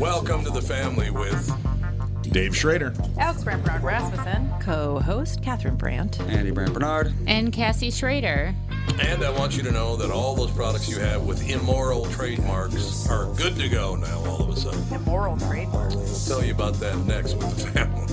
Welcome to the family with Dave Schrader. Alex Brambron Rasmussen. co-host Catherine Brandt. Andy Brand Bernard. And Cassie Schrader. And I want you to know that all those products you have with immoral trademarks are good to go now, all of a sudden. Immoral trademark. We'll tell you about that next with the family.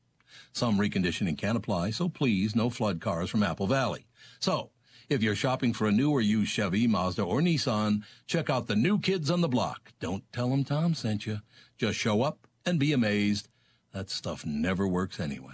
Some reconditioning can apply, so please no flood cars from Apple Valley. So, if you're shopping for a new or used Chevy, Mazda, or Nissan, check out the new kids on the block. Don't tell them Tom sent you. Just show up and be amazed. That stuff never works anyway.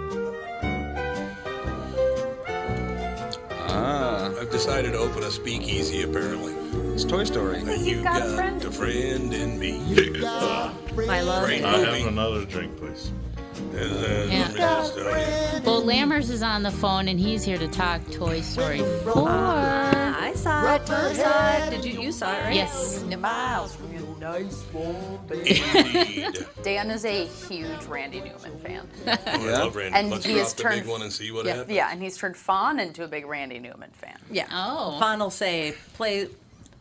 Ah, I've decided to open a speakeasy, apparently. it's Toy Story. You got a friend. a friend in me. My love. Great I have movie. another drink, please. Yeah. Well, Lammers is on the phone and he's here to talk Toy Story 4. Uh, Ah, I saw it. Tom saw it. Did you? You saw it, right? Yes. Miles. Indeed. Dan is a huge Randy Newman fan. Oh, I love Randy. And Let's he drop has the turned- big one and see what yeah, happens. yeah, and he's turned Fawn into a big Randy Newman fan. Yeah. Oh. Fawn will say, play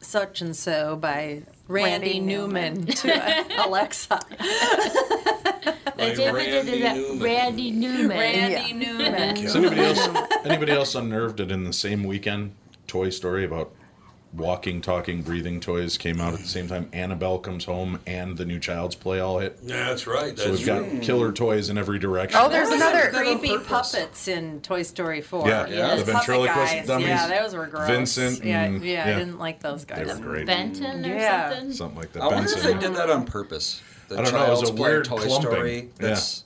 such and so by Randy, Randy Newman, Newman. to Alexa. Like Randy Newman. Randy Newman. Randy Newman. Is anybody else anybody else unnerved that in the same weekend Toy Story about walking, talking, breathing toys came out at the same time? Annabelle comes home and the new Child's Play all hit. That's right. That's So we've got true. killer toys in every direction. Oh, there's another. creepy puppets in Toy Story 4. Yeah, yeah, those the puppet ventriloquist guys. dummies. Yeah, those were gross. Vincent Yeah, and- yeah, yeah. I didn't like those they guys. were great. Benton or Yeah. something. Something like that. I wonder if Benson. they did that on purpose. The I don't know, it was Child's a Play weird Toy clumping. Story. Yeah. That's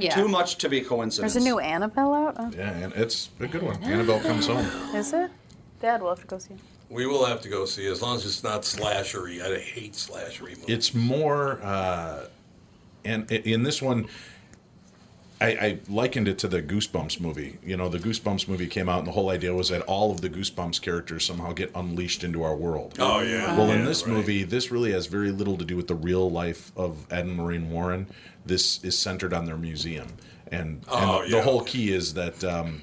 Yeah. Too much to be There's coincidence. a new Annabelle out? Oh, Yeah, and it's a good one. Annabelle comes home. Is it? Dad, we'll have to go see him. We will have to go see as long as it's not slashery. I hate slashery movies. It's more, uh, and i- in this one, I, I likened it to the Goosebumps movie. You know, the Goosebumps movie came out, and the whole idea was that all of the Goosebumps characters somehow get unleashed into our world. Oh, yeah. Well, in Yeah, this right. movie, this really has very little to do with the real life of Ed and Maureen Warren. This is centered on their museum, and, Oh, and yeah. the whole key is that um,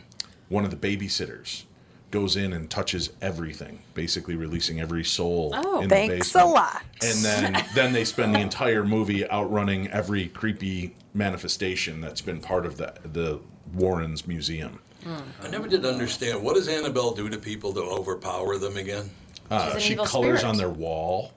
one of the babysitters goes in and touches everything, basically releasing every soul. Oh, in the thanks a basement. lot. And then then they spend the entire movie outrunning every creepy manifestation that's been part of the the Warrens Museum. Hmm. I never did understand what does Annabelle do to people to overpower them again. Uh, an she evil colors spirit. on their wall.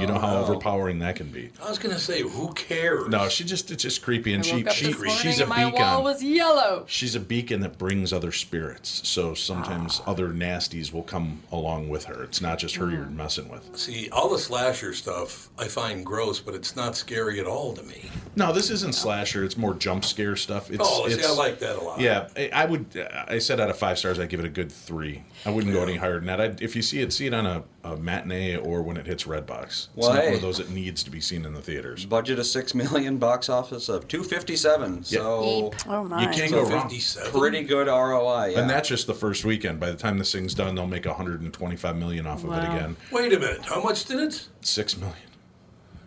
You know how overpowering that can be. Oh, I was gonna say, who cares? No, she just it's just creepy, and I she, woke up she this morning she's a and my beacon. wall was yellow. she's a beacon that brings other spirits. So sometimes Ah. other nasties will come along with her. It's not just her you're Hmm. messing with. See, all the slasher stuff I find gross, but it's not scary at all to me. No, this isn't slasher. It's more jump scare stuff. It's, oh, see, it's I like that a lot. Yeah, I- I would. uh, I said out of five stars, I'd give it a good three. I wouldn't go any higher than that. I'd, if you see it, see it on a, a matinee or when it hits Redbox. It's Well, not hey. one of those that needs to be seen in the theaters. Budget of six million, box office of two fifty-seven. So Oh, my. You can't go wrong. fifty-seven. pretty good ROI. Yeah. And that's just the first weekend. By the time this thing's done, they'll make 125 million off of it again. Wait a minute. How much did it? Six million.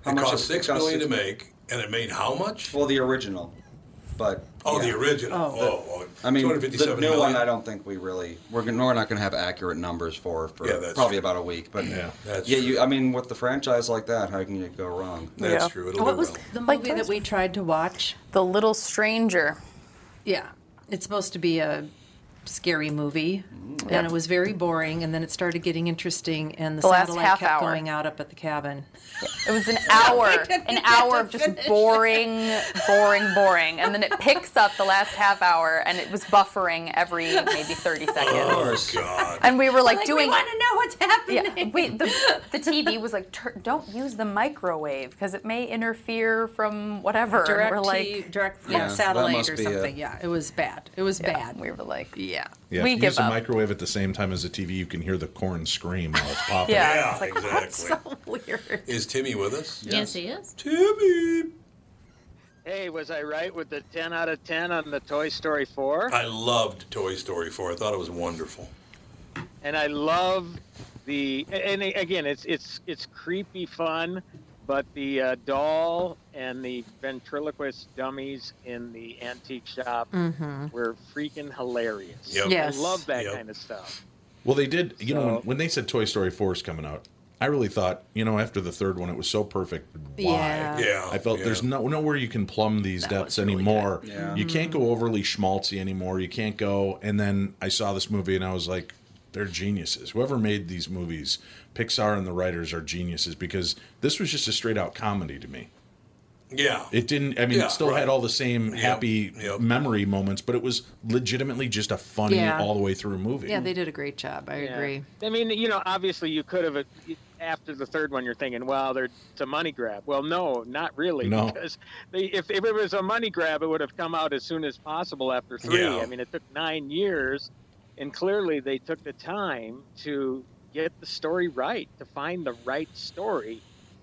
How it much cost it six cost million to six million? make, and it made how much? well, the original, but oh, yeah. the original. Oh, oh I mean, the 257 new one. million. I don't think we really we're, gonna- we're not going to have accurate numbers for for Yeah, that's probably true. about a week. But Yeah. That's yeah, true. you. I mean, with the franchise like that, how can you go wrong? That's Yeah. true. It'll What do was well. the Like movie Toy that we tried to watch? The Little Stranger. Yeah, it's supposed to be a scary movie, Yep. and it was very boring. And then it started getting interesting, and the, The last satellite half kept hour. going out up at the cabin. It was an hour, couldn't an get hour to of just finish. boring, boring, boring, and then it picks up the last half hour, and it was buffering every maybe 30 seconds. course. Oh, God. And we were like, doing. we want to know what's yeah, happening. wait. The, the TV was like, "Tur- don't use the microwave because it may interfere from whatever. And Direct, we're to, like, direct from Yeah, that satellite must or be it. something. Yeah, it was bad. It was yeah. bad. We were like, Yeah. Yeah, we if you give use a up. microwave at the same time as a TV, you can hear the corn scream while it's popping. yeah, Yeah, it's like, exactly. Weird. Is Timmy with us? Yes, he is. Timmy. Hey, was I right with the 10 out of 10 on the Toy Story 4? I loved Toy Story 4. I thought it was wonderful. And I love the and again, it's it's it's creepy fun, but the uh, doll and the ventriloquist dummies in the antique shop were freaking hilarious. Yep. Mm-hmm. Yes. I love that Yep. kind of stuff. Well, they did. You know, when, So- when they said Toy Story 4 is coming out, I really thought, you know, after the third one, it was so perfect. Why? Yeah. Yeah. I felt yeah. there's no nowhere you can plumb these depths anymore. Yeah. You can't Mm-hmm. go overly schmaltzy anymore. You can't go. And then I saw this movie and I was like, they're geniuses. Whoever made these movies, Pixar and the writers are geniuses because this was just a straight out comedy to me. Yeah. It didn't. I mean, Yeah, it still right. had all the same happy yep. memory moments, but it was legitimately just a funny Yeah. all the way through movie. Yeah, they did a great job. I Yeah. agree. I mean, you know, obviously you could have uh, after the third one you're thinking, well, there it's a money grab. Well, no, not really No. because they, if if it was a money grab, it would have come out as soon as possible after 3. Yeah. I mean, it took 9 years and clearly they took the time to get the story right, to find the right story.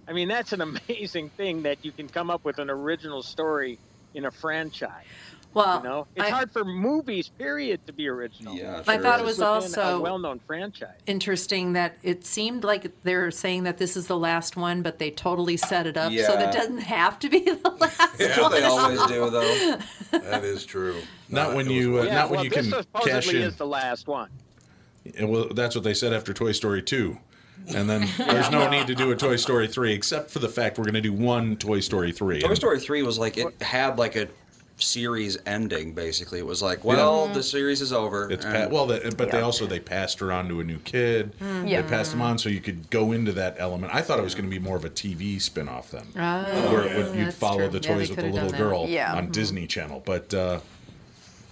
I mean, that's an amazing thing that you can come up with an original story in a franchise, Well, you know? It's I- hard for movies period to be original. Yeah, I sure thought it was is. Within also- a well-known franchise. interesting that it seemed like they're saying that this is the last one, but they totally set it up so that Yeah. it doesn't have to be the last Yeah, That's one. what they always do, though. that is true. Not No, when it was you, uh, wonderful. But not when you this can supposedly cash in. is the last one. And, well, that's what they said after Toy Story 2. And then there's no need to do a Toy Story 3, except for the fact we're going to do one Toy Story 3. Toy And Story three was like it had like a series ending. Basically, it was like, well, the series is over. It's pa- and- well, they, but they Yeah. also they passed her on to a new kid. Hmm. Yeah. They passed them on so you could go into that element. I thought it was going to be more of a TV spin-off then, Oh, where it would, you'd that's follow true. Yeah, the they toys with the could've little done that. mm-hmm. girl Yeah. on Disney Channel. But uh,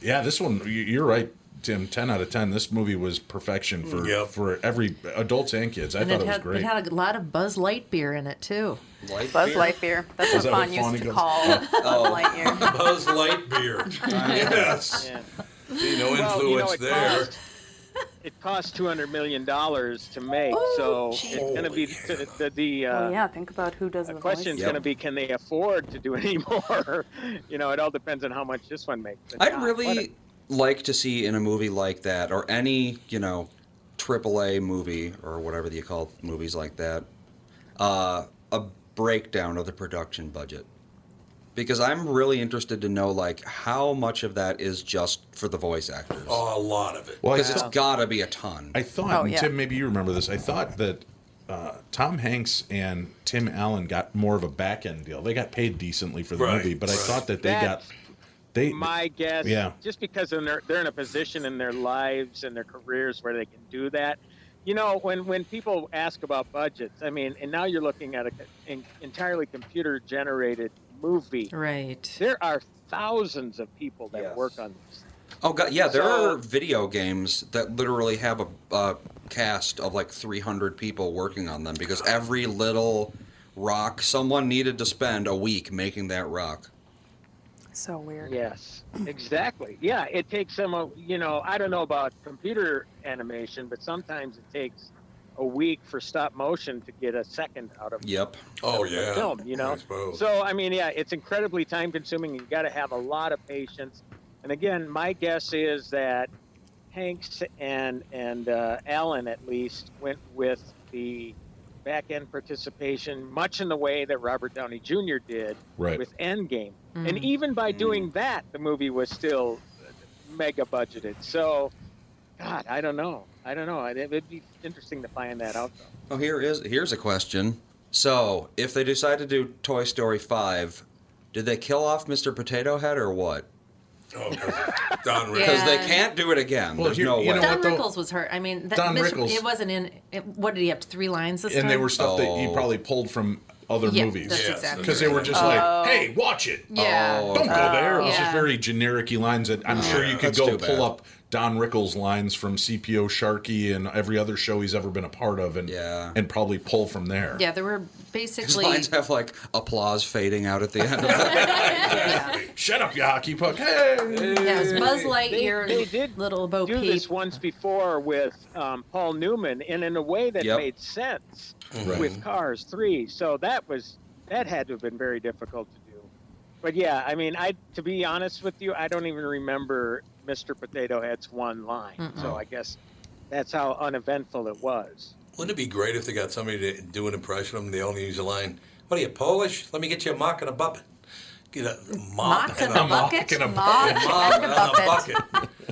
yeah, this one you- you're right, Tim. Ten out of ten. This movie was perfection for Yep. for every adults and kids. I And thought it it, was had, great. it had a lot of Buzz Lightyear in it too. Light Buzz beer? Lightyear. That's what Is that Fawn what used Fonny to goes- call Oh. Buzz Oh. Lightyear. Buzz Lightbeer. yes. See, no Well, you know, influence it there. cost- It cost two hundred million dollars to make, Oh, so it's going to be the the, the uh, Well, yeah, think about who does the question's voice. going to be can they afford to do any more? you know, it all depends on how much this one makes. But I'd God, what a- really like to see in a movie like that, or any you know, AAA movie or whatever you call movies like that, uh, a breakdown of the production budget, because I'm really interested to know like how much of that is just for the voice actors. Oh, a lot of it. Well, I Because thought- it's gotta be a ton. I thought, Oh, and yeah. Tim, maybe you remember this. I thought that uh, Tom Hanks and Tim Allen got more of a back end deal. They got paid decently for the Right, movie, but I right. thought that they That's got they my guess, Yeah. just because in their, they're in a position in their lives and their careers where they can do that. You know, when, when people ask about budgets, I mean, and now you're looking at an entirely computer generated movie. Right. There are thousands of people that work on this. Oh god, yeah, there So- are video games that literally have a, a cast of like 300 people working on them because every little rock someone needed to spend a week making that rock. So weird. Yes, exactly. Yeah, it takes some, uh, you know, I don't know about computer animation, but sometimes it takes a week for stop motion to get a second out of Yep. of the film, you know. so I mean, yeah, it's incredibly time consuming. You got to have a lot of patience. And again, my guess is that Hanks and and uh, Allen at least went with the back end participation, much in the way that Robert Downey Jr. did Right. with Endgame. And Mm. even by doing that, the movie was still uh, mega budgeted. So, God, I don't know. I don't know. It- It'd be interesting to find that out. Though. Oh, here is here's a question. So, if they decide to do Toy Story 5, did they kill off Mr. Potato Head or what? Oh, Don Rickles. Because they Yeah. can't do it again. Well, There's here- no you way. know Don Rickles was hurt. I mean, that, Don Mr. Rickles- It wasn't in. It, what did he have? Three lines this time. and they were stuff that you Oh. probably pulled from other Yeah, movies that's Yes, exactly because they were right. just Oh. like, "Hey, watch it! Yeah. Oh, Don't go okay. there." It's Yeah. just very generic lines that I'm sure you could That's go too pull bad. up Don Rickles lines from CPO Sharky and every other show he's ever been a part of, and and probably pull from there. Yeah, there were His basically. lines have like applause fading out at the end. Shut up, you hockey puck! Hey. Yeah, it was Buzz Lightyear, They, they did Little Bo do Peep. this once before with um, Paul Newman, and in a way that Yep. made sense Right. with Cars Three. So that was that had to have been very difficult to do. But yeah, I mean, I to be honest with you, I don't even remember Mr. Potato Head's one line. So I guess that's how uneventful it was. Wouldn't it be great if they got somebody to do an impression of them? They only use a line. What are you Polish? Let me get you a mock and a bucket. Get a mop, Mock and a bucket? and a Mock bucket. and a Mock and a bucket.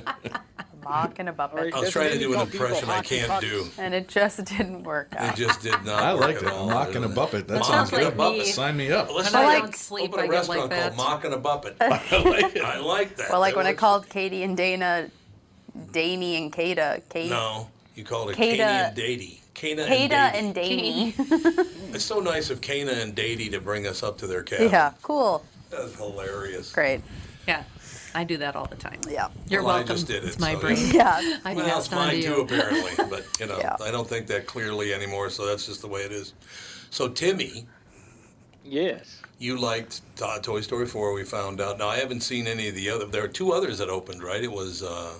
bucket. Mock and a bucket. I was trying to do an impression I can't do. And it just didn't work out. It just did not. I work liked at it. all. Mock and a buppet. That Mock sounds and a good. buppet. Sign me up. Let's When I like don't sleep, open I a get like restaurant called that. Mock and a Buppet. I like it. I like that. Well, like That when I was- called Katie and Dana, Daney and Kada. Kate, No, you called it Kata- Kana and Dady. Kana and Kada Dady. uh, and Daney. It's so nice of Kana and Dady to bring us up to their Yeah. cabin. cool. That's hilarious. Great. Yeah, I do that all the time. Yeah, you're well, welcome. I just did it. It's my so brain. Yeah, I well, it's passed on to mine you. too, apparently. But you know, I don't think that clearly anymore. So that's just the way it is. So Timmy, yes, you liked To- Toy Story Four. We found out. Now I haven't seen any of the other. There are two others that opened, right? It was uh,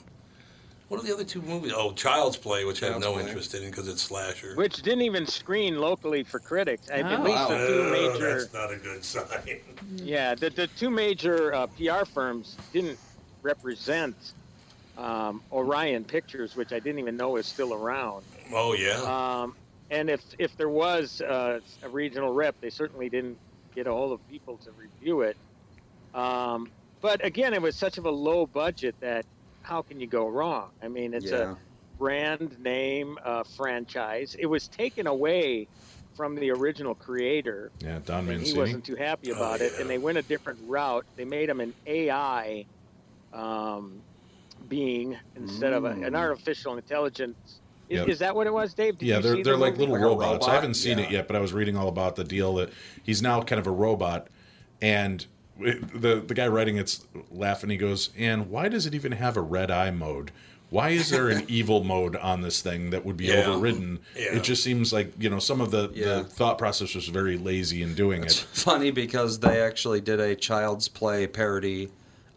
what are the other two movies? Oh, Child's Play, which I have Child's no Play. interest in because it's slasher. which didn't even screen locally for critics. I- At Oh. least Wow. the two Oh, major. that's not a good sign. Yeah, the, the two major uh, PR firms didn't represent um, Orion Pictures, which I didn't even know was still around. Oh yeah. Um, and if if there was uh, a regional rep, they certainly didn't get a hold of people to review it. Um, but again, it was such of a low budget that how can you go wrong? I mean, it's Yeah. a brand name uh, franchise. It was taken away from the original creator Yeah, Don and he Mancini. Oh, wasn't too happy about it, and they went a different route. They made him an AI um, being instead of a, an Mm. artificial intelligence. Is, Yeah. is that what it was, Dave? Did yeah, you they're, see they're the like movie? little robots. I haven't seen it yet, but I was reading all about the deal that he's now kind of a robot, and the the guy writing it's laughing. He goes, "And why does it even have a red eye mode? Why is there an evil mode on this thing that would be Yeah. overridden? Yeah. It just seems like you know some of the, Yeah. the thought process was very lazy in doing it. funny because they actually did a Child's Play parody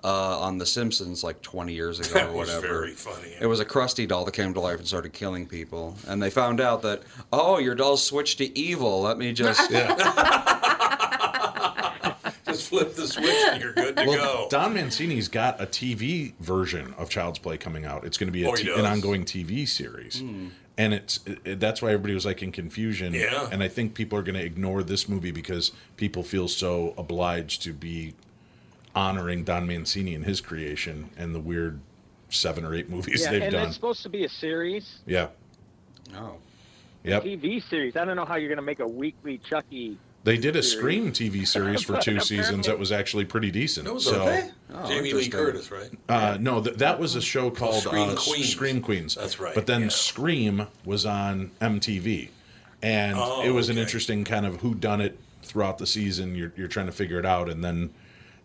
uh, on The Simpsons like 20 years ago That or was whatever. very funny. It was a crusty doll that came to life and started killing people, and they found out that oh, your doll switched to evil. Let me just just flip the switch and you're good to go. Don Mancini's got a TV version of Child's Play coming out. It's going to be a Oh, he t- does. an ongoing TV series. And it's it- it- that's why everybody was like in confusion. Yeah. And I think people are going to ignore this movie because people feel so obliged to be honoring Don Mancini and his creation and the weird seven or eight movies yeah, they've and done. it's supposed to be a series, Yeah. No. Yep. TV series. I don't know how you're going to make a weekly E. Chucky. They did a series. Scream TV series for two seasons that was actually pretty decent. so, Jamie Lee Curtis, right? Uh, no, th- that was a show called Scream uh, Queens. Scream Queens. That's right, But then Scream was on MTV, and Oh, it was an okay. interesting kind of who done it throughout the season. You're you're trying to figure it out, and then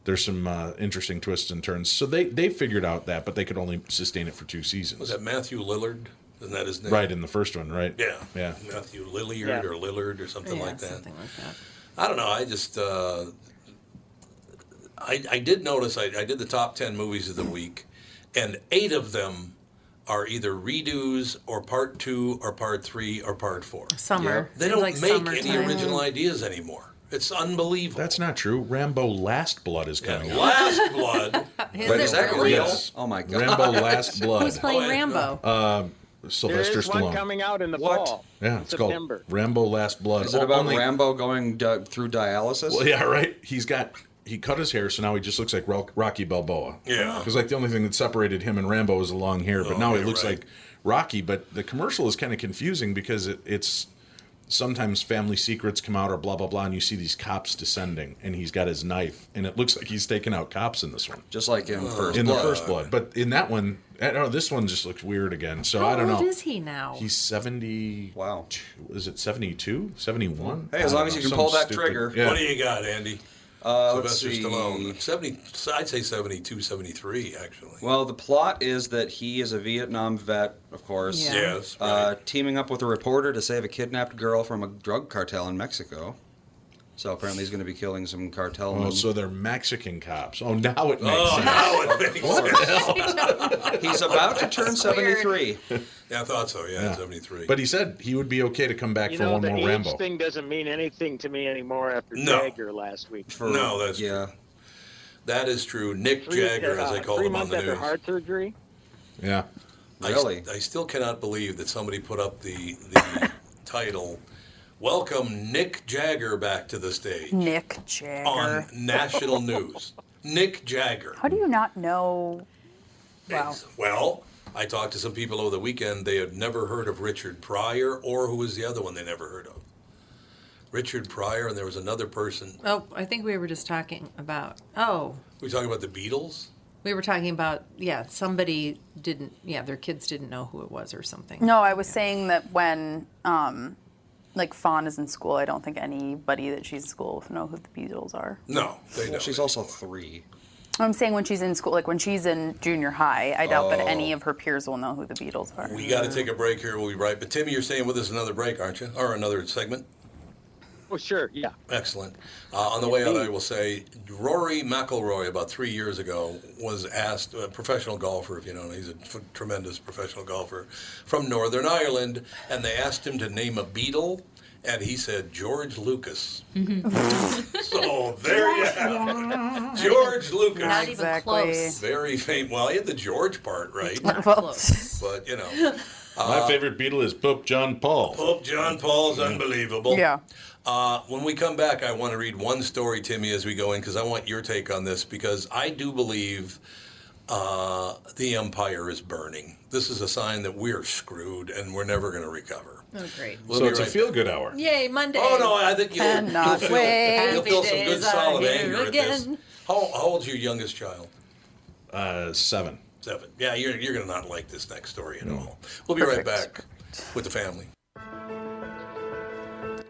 there's some uh, interesting twists and turns. So they they figured out that, but they could only sustain it for two seasons. Was that Matthew Lillard? Isn't that his name? Right in the first one, right? Yeah. yeah. Matthew Lilliard Yeah. or Lillard or something Yeah, like that. something like that. I don't know. I just uh, I I did notice I, I did the top ten movies of the week, and eight of them are either redos or part two or part three or part four. Summer. They Seems don't like make any summertime. original ideas anymore. It's unbelievable. That's not true. Rambo Last Blood is coming. out. Last Blood. Is Wait, it is that really? real? Yes. Oh my God. Oh, Rambo Last Blood. Who's playing Rambo? Uh, There Sylvester is one Stallone. coming out in the fall. Yeah, in it's September. called Rambo Last Blood. Is it O- about only- Rambo going di- through dialysis? Well, yeah, right. He's got he cut his hair, so now he just looks like Ro- Rocky Balboa. Yeah. because like the only thing that separated him and Rambo was the long hair, but Oh, now he yeah, looks right. like Rocky. But the commercial is kind of confusing because it, it's sometimes family secrets come out or blah blah blah, and you see these cops descending, and he's got his knife, and it looks like he's taking out cops in this one, just like in First in Blood. the first blood. But in that one, I don't know, this one just looks weird again. So How I don't know. old is he now? He's 70. Wow. Is it 72? 71? Hey, as I long don't as know, you can some pull that stupid- trigger. Yeah. What do you got, Andy? Uh, let's Sylvester see. Stallone. 70, I'd say 72, 73, actually. Well, the plot is that he is a Vietnam vet, of course. Yeah. Yes, Uh, teaming up with a reporter to save a kidnapped girl from a drug cartel in Mexico. So apparently he's going to be killing some cartel. Oh, so they're Mexican cops. Oh, now it makes Oh, sense. now it makes he's about to turn That's weird. 73. Yeah, I thought so. Yeah, Yeah. 73. But he said he would be okay to come back You for know, one the more age Rambo. thing doesn't mean anything to me anymore after No. Jagger last week. no, that's yeah. True. That is true. Nick Three, Jagger, uh, as they called three him on months the after news. heart surgery. Yeah. I, Really? I still cannot believe that somebody put up the the title. Welcome Nick Jagger back to the stage Nick Jagger. on national news. Nick Jagger. How do you not know? Wow. Well, I talked to some people over the weekend. They had never heard of Richard Pryor, or who was the other one they never heard of? Richard Pryor, and there was another person. Oh, I think we were just talking about. Oh, We talking about the Beatles? we were talking about yeah. Somebody didn't. Yeah, their kids didn't know who it was or something. No, I was saying that when, um, like, Fawn is in school, I don't think anybody that she's in school with know who the Beatles are. No, they well, She's also three. I'm saying when she's in school, like when she's in junior high, I doubt that Oh. any of her peers will know who the Beatles are. We got to take a break here. We'll be right. But Timmy, you're staying with us another break, aren't you? Or another segment? Well, Oh, sure, yeah. Excellent. Uh, on the way out, I will say Rory McIlroy about three years ago was asked, a professional golfer, if you know, he's a f- tremendous professional golfer from Northern Ireland, and they asked him to name a beetle, and he said George Lucas. so there you have it. George Lucas. Not even Exactly. close. Very famous. Well, he had the George part right, but you know. uh, My favorite Beatle is Pope John Paul. Pope John Paul's unbelievable. Yeah. Uh, when we come back, I want to read one story, Timmy, as we go in, because I want your take on this, because I do believe uh, the empire is burning. This is a sign that we're screwed and we're never going to recover. Oh, great. We'll so be it's a right feel good hour. Yay, Monday. Oh, no, I think you'll, you'll Cannot feel, wait. you'll feel some Happy good days are solid here anger at this. again. How, how old's your youngest child? Uh, seven. Seven. Yeah, you're, you're going to not like this next story at all. We'll be right back with the family.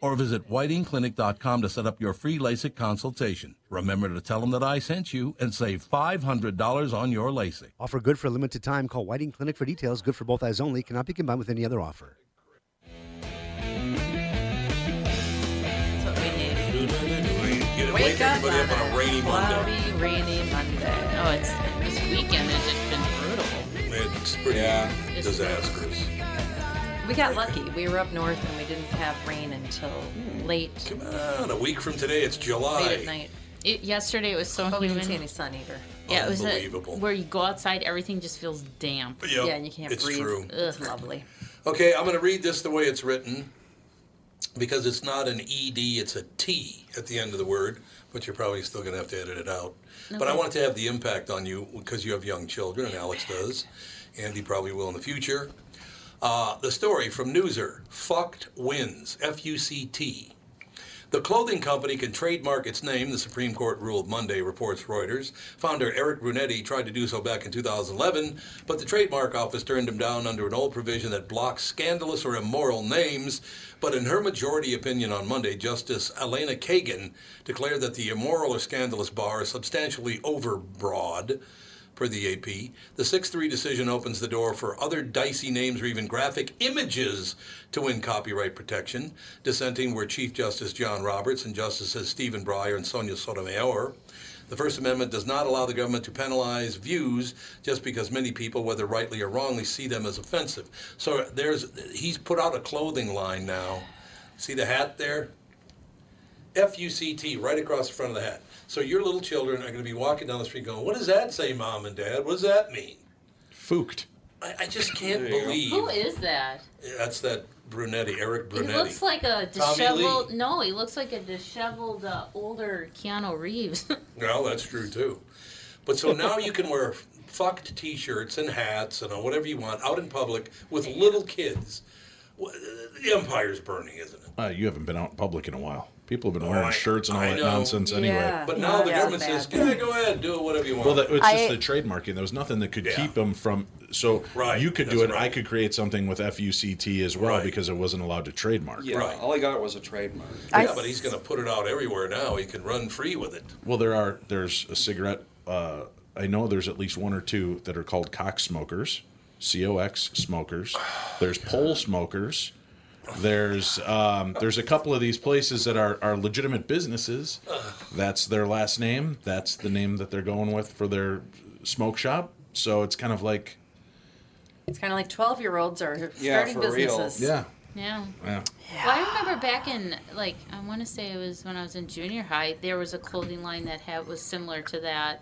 or visit whitingclinic.com to set up your free LASIK consultation. Remember to tell them that I sent you and save $500 on your LASIK. Offer good for a limited time. Call Whiting Clinic for details. Good for both eyes only. Cannot be combined with any other offer. Get it, Wake wake up everybody up on a rainy Monday. Cloudy, rainy Monday. Oh, it's this weekend has just been brutal. It's pretty disastrous. Oh, We got lucky. We were up north and we didn't have rain until late. Hmm, Come Uh, a week from today, it's Late at July. night. It, yesterday it was so But we humid. didn't see any sun either. Yeah, it was a, Unbelievable. where you go outside, everything just feels damp. Yep, Yeah, and you can't it's breathe. true. It's lovely. Okay, I'm going to read this the way it's written because it's not an ED, it's a T at the end of the word, but you're probably still going to have to edit it out. But I Okay. wanted to have the impact on you because you have young children, and Alex does. Andy probably will in the future. Uh, the story from Newser Fucked Wins, F U C T. The clothing company can trademark its name, the Supreme Court ruled Monday, reports Reuters. Founder Eric Brunetti tried to do so back in 2011, but the trademark office turned him down under an old provision that blocks scandalous or immoral names. But in her majority opinion on Monday, Justice Elena Kagan declared that the immoral or scandalous bar is substantially overbroad. Per the AP, the 6 3 decision opens the door for other dicey names or even graphic images to win copyright protection. Dissenting were Chief Justice John Roberts and Justices Stephen Breyer and Sonia Sotomayor. The First Amendment does not allow the government to penalize views just because many people, whether rightly or wrongly, see them as offensive. So there's he's put out a clothing line now. See the hat there? F U C T right across the front of the hat. So your little children are going to be walking down the street going, "What does that say, mom and dad? What does that mean?" Fooked. I, I just can't There you go. believe Who is that? that's that Brunetti, Eric He Brunetti. looks like a Tommy Lee. disheveled. No, he looks like a disheveled uh, older Keanu Reeves. Well, that's true too. But so now you can wear fucked T-shirts and hats and uh, whatever you want out in public with little kids. Well, The empire's burning, isn't it? Uh, you haven't been out in public in a while. People have been wearing shirts and all Oh, I that know. nonsense anyway. But now the Yeah. government says, "Yeah, go ahead, do it whatever you want." Well, that, it's I- just the trademarking. There was nothing that could keep them from. So you could do it. I could create something with FUCT as well because it wasn't allowed to trademark. Yeah, all I got was a trademark. Yeah, but he's going to put it out everywhere now. He can run free with it. Well, there are. There's a cigarette. Uh, I know there's at least one or two that are called cox smokers, C O X smokers. There's pole smokers. There's um, there's a couple of these places that are, are legitimate businesses. That's their last name. That's the name that they're going with for their smoke shop. So it's kind of like It's kind of like 12 year olds are Yeah, starting for real. businesses. Yeah. yeah. yeah. Well, I remember back in like I want to say it was when I was in junior high. There was a clothing line that had was similar to that,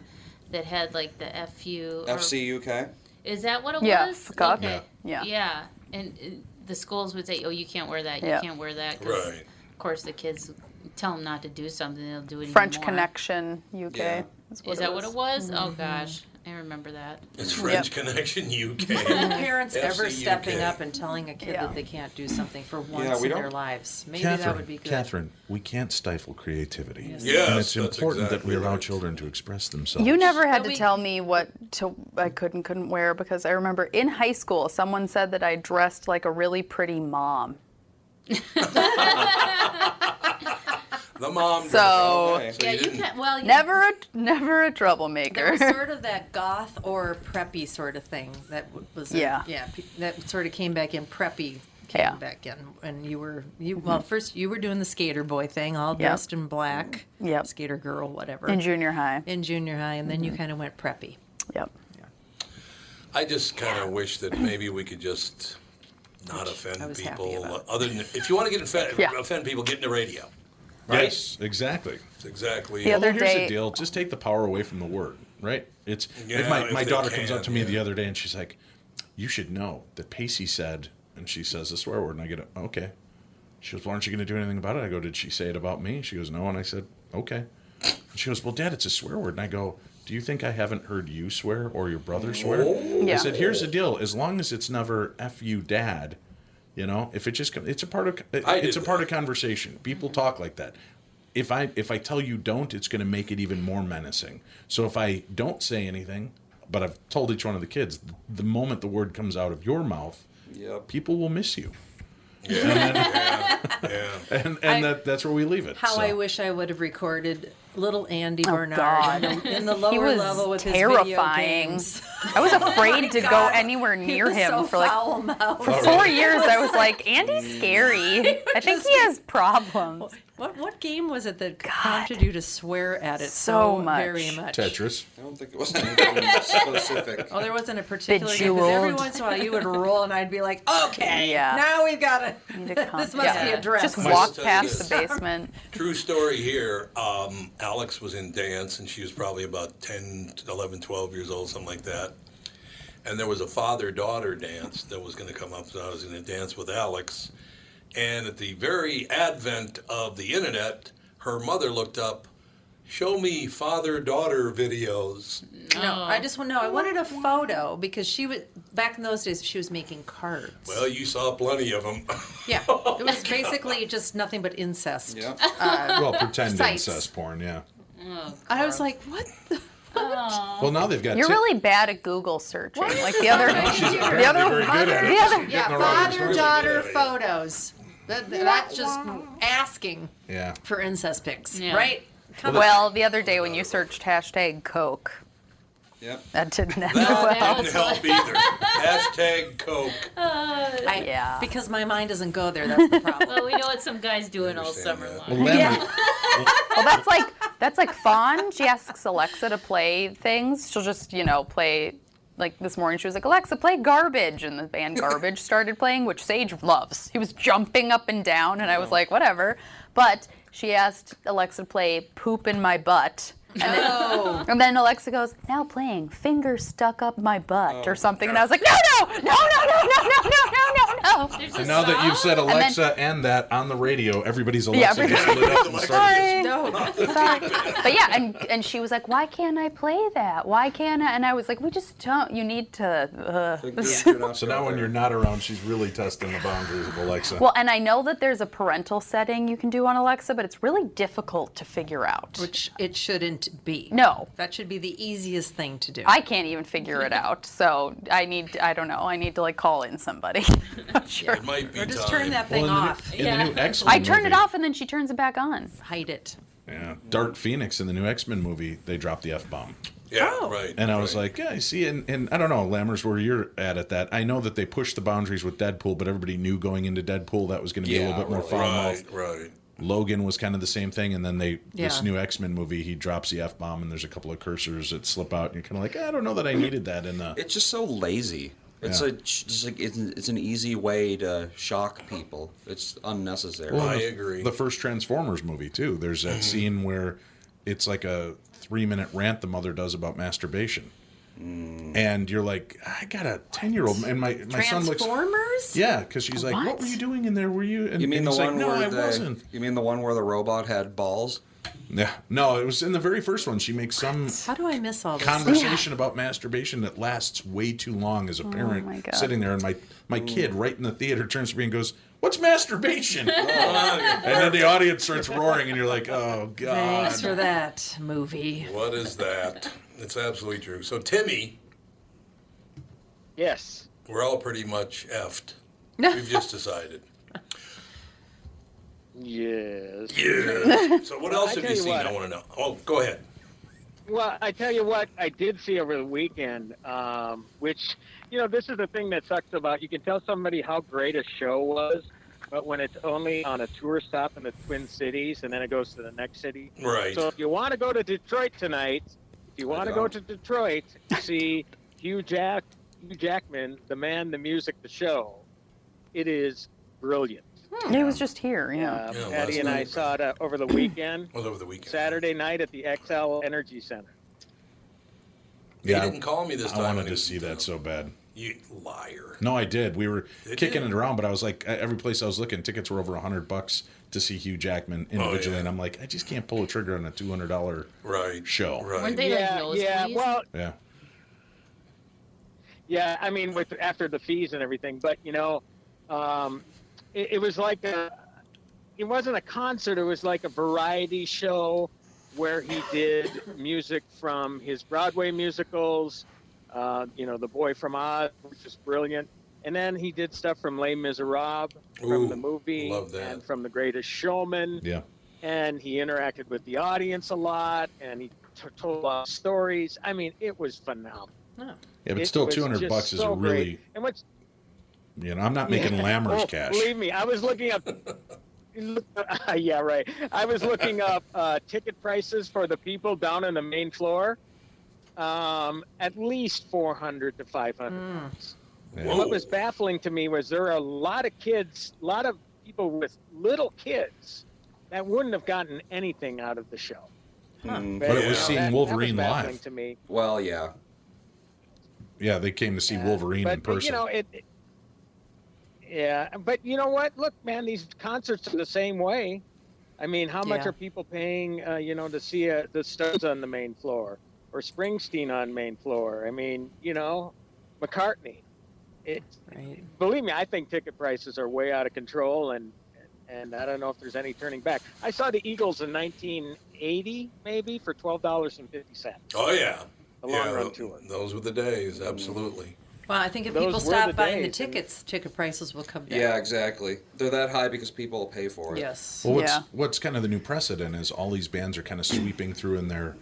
that had like the Uh, fu. or- FCUK. Is that what it Yeah, was? fuck. Okay. Yeah. Yeah. And uh, the schools would say, "Oh, you can't wear that. You Yeah. can't wear that." 'cause, Right. Of course, the kids tell them not to do something, they'll do it. even French more. Connection UK. Yeah. Is, Is that what it was? Oh Mhm. gosh, I remember that. Mm-hmm. It's French Connection UK. Parents ever FC stepping UK. up and telling a kid that they can't do something for once we in don't- their lives. Maybe that Catherine, would be good. Catherine, we can't stifle creativity. Yes. Yes, and it's that's important that we exactly allow children to express themselves. You never had to tell me what to I could and couldn't wear because I remember in high school someone said that I dressed like a really pretty mom. The mom. So, dress. Yeah, you you didn't- can- well, you- never a never a That troublemaker. was sort of that goth or preppy sort of thing. That w- was a- Yeah. yeah. pe- That sort of came back in preppy. Came Yeah. back in, and you were you well Mhm. first you were doing the skater boy thing, all Yep. dressed in black, Yep. skater girl, whatever. In junior high. Mm-hmm. In junior high, and then you kind of went preppy. Yep. I just kind of wish that maybe we could just not offend people. Other than if you want to get offend, offend people, get in the radio. Yes, exactly. It's exactly. Well, here's the deal. Just take the power away from the word, right? It's if Yeah, my, if my they daughter comes up can, to me the other day and she's like, "You should know that Pacey said," and she says a swear word, and I get a, okay. She goes, "Well, aren't you going to do anything about it?" I go, "Did she say it about me?" She goes, "No," and I said, "Okay." And she goes, "Well, Dad, it's a swear word," and I go. Do you think I haven't heard you swear or your brother swear? Oh. I Yeah. said, "Here's the deal: as long as it's never f you, dad, you know, if it just com- it's a part of I it's a did part of conversation. People talk like that. If I if I tell you don't, it's going to make it even more menacing. So if I don't say anything, but I've told each one of the kids, th- the moment the word comes out of your mouth, people will miss you. And and, that, that's where we leave it. How so. I wish I would have recorded little Andy Oh, Bernard God. In, the, in the He lower was level with his video terrifying. games. I was Oh my afraid to go God. anywhere He near was him so for like foul-mouthed. for four years. I was like, Andy's scary. I think he has problems. What what game was it that prompted you to swear at it So so, much. very much? Tetris. I don't think it was anything specific. Oh, there wasn't a particular game because every Bejeweled. once in a while you would roll and I'd be like, okay, Yeah. now we've got to. This must be addressed. Just My walk sister past is- the basement. True story here. Um, Alex was in dance, and she was probably about 10, 11, 12 years old, something like that. And there was a father daughter dance that was going to come up, so I was going to dance with Alex. And at the very advent of the internet, her mother looked up, Show me father daughter videos. No, I just want to know. I wanted a photo because she was back in those days. She was making cards. Well, you saw plenty of them. Yeah, it was basically just nothing but incest. Yeah. uh, well, pretend incest porn, yeah. I was like, what? Oh. Well, now they've got You're Tik- really bad at Google searching. Like the other, She's the apparently other, very good at it. the other. She's Yeah, getting the right father response. daughter photos. That, that's just asking Yeah. for incest pics, Yeah. right? Well, the other day when you searched hashtag Coke, Yep. that didn't end That well. didn't help either. Hashtag Coke. I, yeah. Because my mind doesn't go there. That's the problem. well, we know what some guys doing all summer long. Well, Lemon, Well, that's like that's like Fawn. She asks Alexa to play things. She'll just you know play. Like this morning, she was like, "Alexa, play Garbage," and the band Garbage started playing, which Sage loves. He was jumping up and down, and I was like, "Whatever." But she asked Alexa to play "Poop in My Butt," and then, Oh. and then Alexa goes, "Now playing Finger Stuck Up My Butt" or something, and I was like, "No, no, no, no, no, no, no, no, no, no, no!" And now that you've said And then- Alexa and, that on the radio, everybody's Alexa. Yeah, just everybody- lit up and started Sorry. Sorry. But yeah, and and she was like, "Why can't I play that? Why can't I?" And I was like, "We just don't. You need to." this. Uh. So now when you're not around, she's really testing the boundaries of Alexa. well, and I know that there's a parental setting you can do on Alexa, but it's really difficult to figure out. Which it shouldn't be. No. That should be the easiest thing to do. I can't even figure it out, so I need. I don't know. I need to like call in somebody. I'm sure. It might be Or just time. turn that thing off. I turned it off, and then she turns it back on. Hide it. Yeah. Dark Phoenix in the new X Men movie, they dropped the F bomb. Yeah, Oh. right. And I was like, yeah, I see. And, and I don't know, Lammers, where you're at at that. I know that they pushed the boundaries with Deadpool, but everybody knew going into Deadpool that was going to be a little bit more foul Right, right. Logan was kind of the same thing, and then they this Yeah. new X Men movie, he drops the F bomb, and there's a couple of cursors that slip out, and you're kind of like, I don't know that I needed that in the. It's just so lazy. It's Yeah. a just like it's, an- it's an easy way to shock people. It's unnecessary. Well, the- The first Transformers movie too. There's that Mhm. scene where it's like a three minute rant the mother does about masturbation. Mm. and you're like, I got a ten year old, and my my son looks. Transformers? Yeah, because she's like, what? were you doing in there? Were you? And, you mean and the he's one like, no, where I the, wasn't. You mean the one where the robot had balls? Yeah, no, it was in the very first one. She makes some How do I miss all this? conversation about masturbation that lasts way too long as a Oh parent my God. sitting there, and my my kid right in the theater turns to me and goes, "What's masturbation?" and then the audience starts roaring, and you're like, "Oh God!" Thanks for that movie. What is that? It's absolutely true. So, Timmy, Yes. we're all pretty much effed. We've just decided. Yes. Yes. So, what else I have tell you you seen? what. I want to know. Oh, go ahead. Well, I tell you what, I did see over the weekend, um, which, you know, this is the thing that sucks about. You can tell somebody how great a show was, but when it's only on a tour stop in the Twin Cities and then it goes to the next city. Right. So if you want to go to Detroit tonight, if you want to go to Detroit, see Hugh Jack, Hugh Jackman, the man, the music, the show. It is brilliant. It was just here, yeah. Uh, Patty and I saw it uh, over the weekend. was over the weekend. Saturday night at the XL Energy Center. Yeah, He didn't call me this I time wanted when he to see that so bad. You liar. No, I did. We were Did kicking you? it around, but I was like, at every place I was looking, tickets were over hundred bucks to see Hugh Jackman Oh, individually, and I'm like, I just can't pull a trigger on a two hundred dollar right show. Right. they, like, yeah, yeah. nosebleeds? Well, Yeah. Yeah, I mean, with after the fees and everything, but you know, um, it, it was like a, it wasn't a concert. It was like a variety show where he did music from his Broadway musicals. Uh, you know, The Boy from Oz, which was brilliant, and then he did stuff from Les Miserables, Ooh, from the movie, love that. and from The Greatest Showman Yeah. and he interacted with the audience a lot and he t- told a lot of stories i mean it was phenomenal Yeah, but It still, was two hundred just bucks is so great. really. and what's You know, I'm not making Yeah. Lammers Oh, cash. believe me i was looking up yeah right i was looking up uh, ticket prices for the people down on the main floor um, at least 400 to 500 bucks. Yeah. What was baffling to me was there are a lot of kids, a lot of people with little kids that wouldn't have gotten anything out of the show. Mm, But it was Yeah. seeing That- that was Wolverine baffling live. To me. Well, yeah. Yeah, they came to see Wolverine but in person. you know it, it- yeah but you know what look man these concerts are the same way i mean how much Yeah. are people paying uh, you know to see uh, the stones on the main floor or springsteen on main floor i mean you know mccartney it, Right. believe me i think ticket prices are way out of control and and i don't know if there's any turning back i saw the eagles in 1980 maybe for $12.50 Oh yeah. The yeah, long run th- Those were the days. Absolutely. Well, I think if Those people were stop the buying the days, and- tickets, ticket prices will come down. Yeah, exactly. They're that high because people will pay for it. Yes. Well, what's what's kind of the new precedent is all these bands are kind of sweeping through in their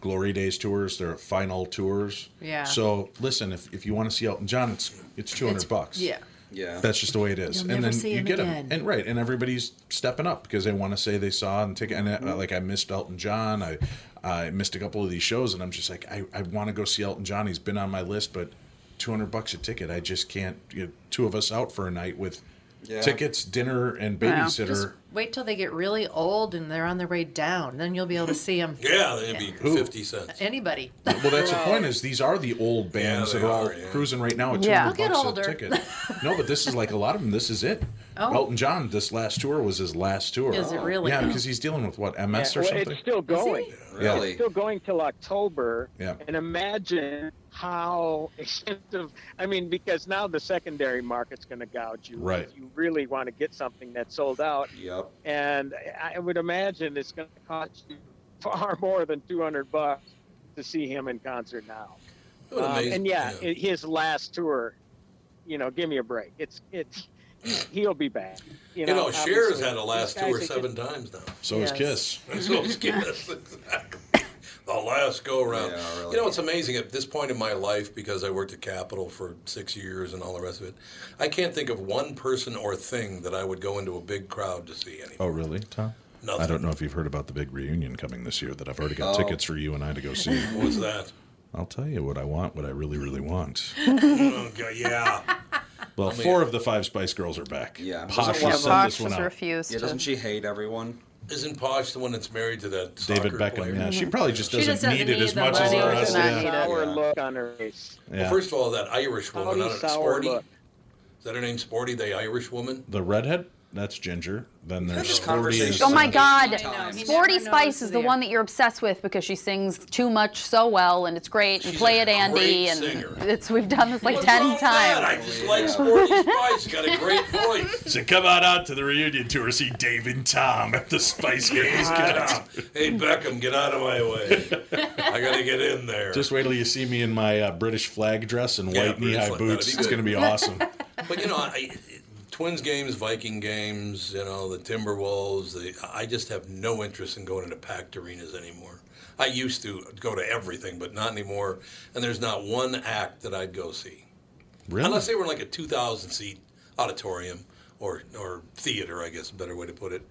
glory days tours, their final tours. Yeah. So listen, if, if you want to see Elton John, it's it's two hundred bucks. yeah. Yeah. That's just the way it is. You'll and never then see you him get again. them, and right, and everybody's stepping up because they want to say they saw and take. And uh, like I missed Elton John, I I missed a couple of these shows, and I'm just like I, I want to go see Elton John. He's been on my list, but two hundred bucks a ticket, I just can't. You know, two of us out for a night with Yeah. tickets, dinner, and babysitter. Just wait till they get really old and they're on their way down. Then you'll be able to see them. Yeah, they'd be fifty cents. Anybody. Oh, Well, that's the point. Is these are the old bands they that are all are, yeah. cruising right now at Yeah. two They'll get hundred older. bucks a ticket. No, but this is like a lot of them. This is it. Oh. Elton John, this last tour was his last tour. Is it really? Yeah, because he's dealing with what MS Yeah, or well, something. It's still going. Really? It's still going till October. Yeah. And imagine how expensive. I mean, because now the secondary market's going to gouge you. Right. If you really want to get something that's sold out, Yep. and I would imagine it's going to cost you far more than two hundred bucks to see him in concert now. Um, It would amaze- and yeah, yeah. i- his last tour. You know, give me a break. It's it's. He'll be back. You You know, know, Cher's obviously, had a these last guys tour are seven just- times now. So is Yes. And so is Kiss, exactly. The last go around. You know, it's amazing at this point in my life because I worked at Capitol for six years and all the rest of it. I can't think of one person or thing that I would go into a big crowd to see anymore. Oh, really, Tom? Nothing. I don't know if you've heard about the big reunion coming this year that I've already got Oh. tickets for you and I to go see. What was that? I'll tell you what I want, what I really, really want. Oh, God, yeah. Well, Tell me four of the five Spice Girls are back. Yeah. Posh Doesn't will one of send them- this one out. Yeah, doesn't she hate everyone? Isn't Posh the one that's married to that soccer David Beckham. player? Yeah, she probably just Mhm. She doesn't, just doesn't need it need as the much as the money. rest. Does Yeah. not need it. Sour look on her face. Well, Yeah. first of all, that Irish woman, Howdy, not sour Sporty. look. Is that her name, Sporty? The Irish woman. The redhead, that's Ginger. Then there's This Sporty. conversation- is- Oh my God! know. Sporty Spice is the one that you're obsessed with because she sings too much so well, and it's great. And play it, Andy, great and singer. it's we've done this like What's ten wrong with that? I times. just like Sporty Spice. You got a great voice. So come on out to the reunion tour. See Dave and Tom at the Spice Girls. Get out. Hey Beckham, get out of my way. I gotta get in there. Just wait till you see me in my uh, British flag dress and Yeah, white knee-high British flag, boots. that'd be it's good. going to be awesome. But you know, I, Twins games, Viking games, you know, the Timberwolves. The, I just have no interest in going into packed arenas anymore. I used to go to everything, but not anymore. And there's not one act that I'd go see, Really? unless they were in like a 2,000 seat auditorium or or theater. I guess a better way to put it.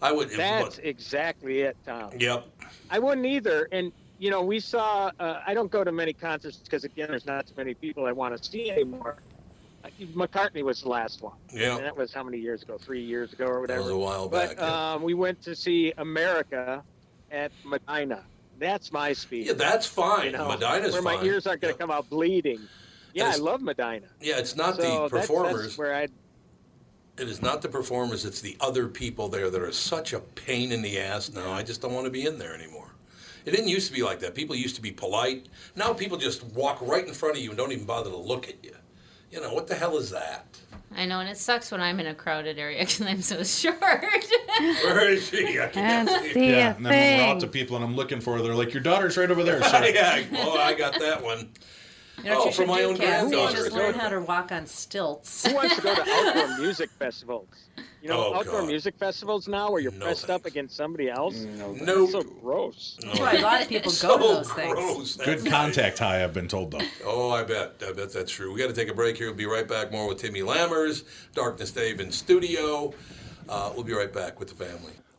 I would. if- That's exactly it, Tom. Yep. I wouldn't either. And you know, we saw. Uh, I don't go to many concerts because again, there's not so many people I want to see anymore. Uh, McCartney was the last one. Yeah. And that was how many years ago? Three years ago or whatever. was a while but, back, um, we went to see America at Medina. That's my speed. Yeah, that's fine. Medina's where my fine. ears aren't going to come out bleeding. Yeah, I it's- love Medina. Yeah, it's not So the that's- that's performers. where I'd It is not the performers, it's the other people there that are such a pain in the ass now. I just don't want to be in there anymore. It didn't used to be like that. People used to be polite. Now people just walk right in front of you and don't even bother to look at you. You know, what the hell is that? I know, and it sucks when I'm in a crowded area because I'm so short. Where is she? I can't Can't see. see yeah, and then when we're out to people and I'm looking for her, they're like, "Your daughter's right over there." sir." yeah, oh, I got that one. You know what oh, you for should my do, own Cassie, granddaughter. Just learn how to walk on stilts. Who wants to go to outdoor music festivals? You know, Oh, outdoor God. music festivals now where you're pressed up against somebody else? No. thanks. so gross. That's why a lot of people go to So those things. gross. Good contact high, I've been told though. Oh, I bet. I bet that's true. We got to take a break here. We'll be right back. More with Timmy Lammers, Darkness Dave in studio. Uh, we'll be right back with the family.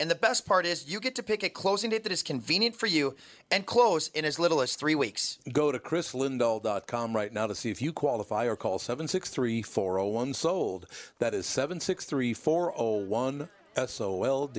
And the best part is, you get to pick a closing date that is convenient for you and close in as little as three weeks. Go to chrislindahl.com right now to see if you qualify or call 763 401 SOLD. That is 763 401 SOLD.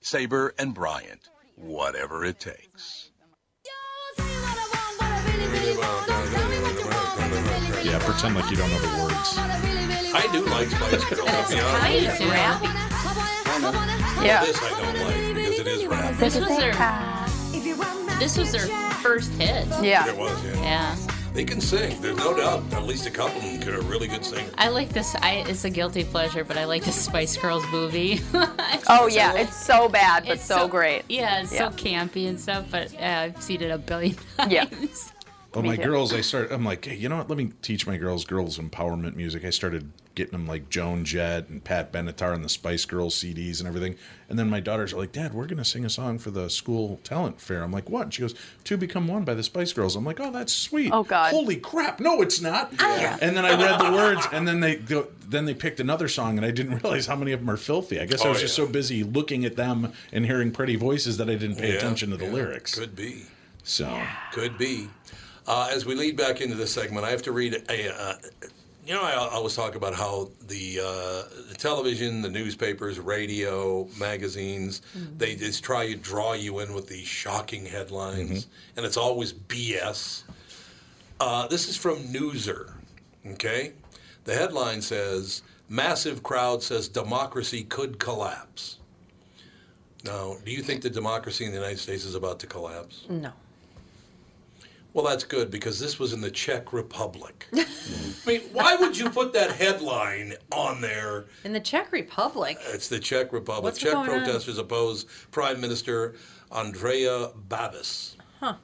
Sabre and Bryant, whatever it takes. Yeah, pretend like you don't know the words. I do like Spice Girls, I'll be honest. Yeah. This I don't like because it is rap. This was their this was their first hit. It was, yeah. Yeah. They can sing, there's no doubt. At least a couple of them are really good singers. I like this. I it's a guilty pleasure, but I like the Spice Girls movie. Oh yeah, it's so bad but It's so, great. Yeah, it's Yeah. so campy and stuff, but uh, I've seen it a billion times. Yeah. Oh, Me my too. girls, I start. I'm like, hey, you know what? Let me teach my girls girls empowerment music. I started getting them like Joan Jett and Pat Benatar and the Spice Girls CDs and everything. And then my daughters are like, Dad, we're gonna sing a song for the school talent fair. I'm like, what? And she goes, Two Become One by the Spice Girls. I'm like, oh, that's sweet. Oh, God. Holy crap! No, it's not. And then I read the words, and then they go, then they picked another song, and I didn't realize how many of them are filthy. I guess I Oh, was just so busy looking at them and hearing pretty voices that I didn't pay Yeah, attention to the yeah, lyrics. Could be. So. Could be. Uh, as we lead back into this segment, I have to read a, uh, You know, I I always talk about how the, uh, the television, the newspapers, radio, magazines, Mhm. they just try to draw you in with these shocking headlines, and it's always BS. Uh, this is from Newser, okay? The headline says Massive crowd says democracy could collapse. Now, do you think the democracy in the United States is about to collapse? No. Well, that's good because this was in the Czech Republic. I mean, why would you put that headline on there? In the Czech Republic, It's the Czech Republic. What's Czech going on? protesters oppose Prime Minister Andrea Babis. huh?